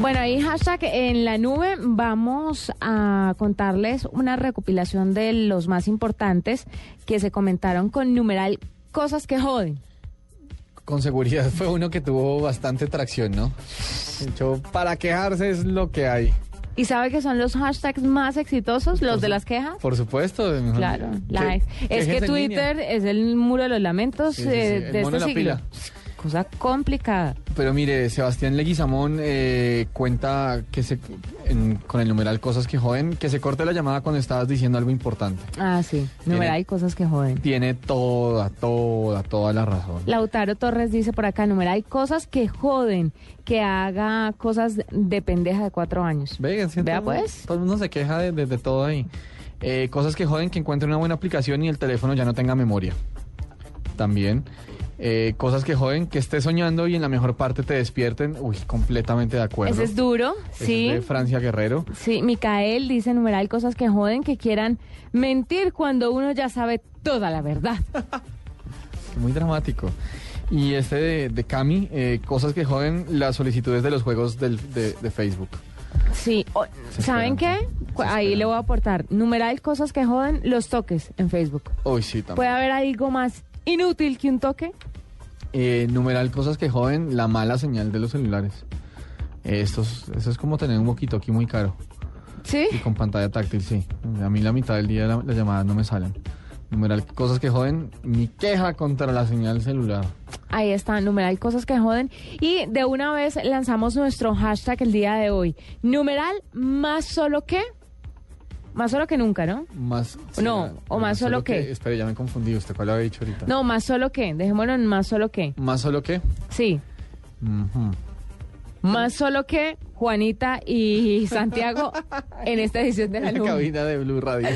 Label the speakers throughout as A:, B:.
A: Bueno, ahí hashtag en la nube vamos a contarles una recopilación de los más importantes que se comentaron con numeral cosas que joden.
B: Con seguridad fue uno que tuvo bastante tracción, ¿no? De hecho, para quejarse es lo que hay.
A: ¿Y sabe que son los hashtags más exitosos, los de las quejas?
B: Por supuesto.
A: ¿Ah? Claro, la-
B: Ah. Sí,
A: es que
B: quejes en
A: Twitter
B: línea.
A: es el muro de los lamentos
B: Sí, sí, sí,
A: eh,
B: el
A: de
B: mono
A: este
B: en la
A: siglo.
B: pila.
A: Cosa complicada.
B: Pero mire, Sebastián Leguizamón eh, cuenta que se, en- con el numeral Cosas que joden, que se corte la llamada cuando estabas diciendo algo importante.
A: Ah, sí, numeral cosas que joden.
B: Tiene toda, toda, toda la razón.
A: Lautaro Torres dice por acá, numeral cosas que joden, que haga cosas de pendeja de cuatro años.
B: Vean, sí,
A: Vea,
B: todo-
A: pues.
B: Todo el mundo se queja de, de- de todo ahí. Eh, cosas que joden que encuentre una buena aplicación y el teléfono ya no tenga memoria. También. Eh, cosas que joden que estés soñando y en la mejor parte te despierten. Uy, completamente de acuerdo.
A: Ese es duro,
B: Ese
A: sí.
B: es de Francia Guerrero.
A: Sí, Micael dice numeral cosas que joden, que quieran mentir cuando uno ya sabe toda la verdad.
B: Muy dramático. Y este de, de Cami, eh, cosas que joden las solicitudes de los juegos del- de, de Facebook.
A: Sí, o- ¿saben qué?
B: Desesperante.
A: Cu- Ahí le voy a aportar. Numeral cosas que joden, los toques en Facebook.
B: Uy, sí,
A: ¿Puede
B: también.
A: haber algo más inútil que un toque?
B: Eh, numeral, cosas que joden la mala señal de los celulares. Eh, estos, eso es como tener un walkie-talkie muy caro.
A: Sí.
B: Y con pantalla táctil, sí. A mí la mitad del día la- las llamadas no me salen. Numeral, cosas que joden, mi queja contra la señal celular.
A: Ahí está, numeral cosas que joden. Y de una vez lanzamos nuestro hashtag el día de hoy. Numeral más solo que. Más solo que nunca, ¿no?
B: Más.
A: No, o más solo que-
B: Espera, ya me confundí. ¿Usted cuál lo había dicho ahorita?
A: No, más solo que. Dejémoslo en más solo que.
B: ¿Más solo que?
A: Sí.
B: Ujú.
A: Más solo que Juanita y Santiago en esta edición de la
B: En la
A: nube.
B: cabina de Blue Radio.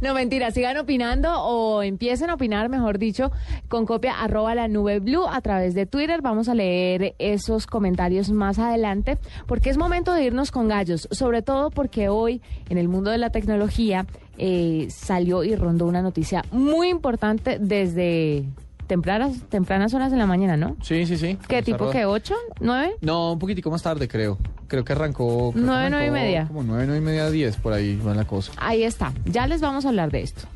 A: No, mentira, sigan opinando o empiecen a opinar, mejor dicho, con copia arroba la nube blue a través de Twitter. Vamos a leer esos comentarios más adelante porque es momento de irnos con gallos, sobre todo porque hoy en el mundo de la tecnología eh, salió y rondó una noticia muy importante desde tempranas, tempranas horas de la mañana, ¿no?
B: Sí, sí, sí.
A: ¿Qué tipo que? ¿Ocho? ¿Nueve?
B: No, un poquitico más tarde, creo. Creo que arrancó. creo que
A: Nueve, nueve y
B: arrancó
A: media.
B: Como nueve, nueve y media, diez, por ahí va la cosa.
A: Ahí está, ya les vamos a hablar de esto.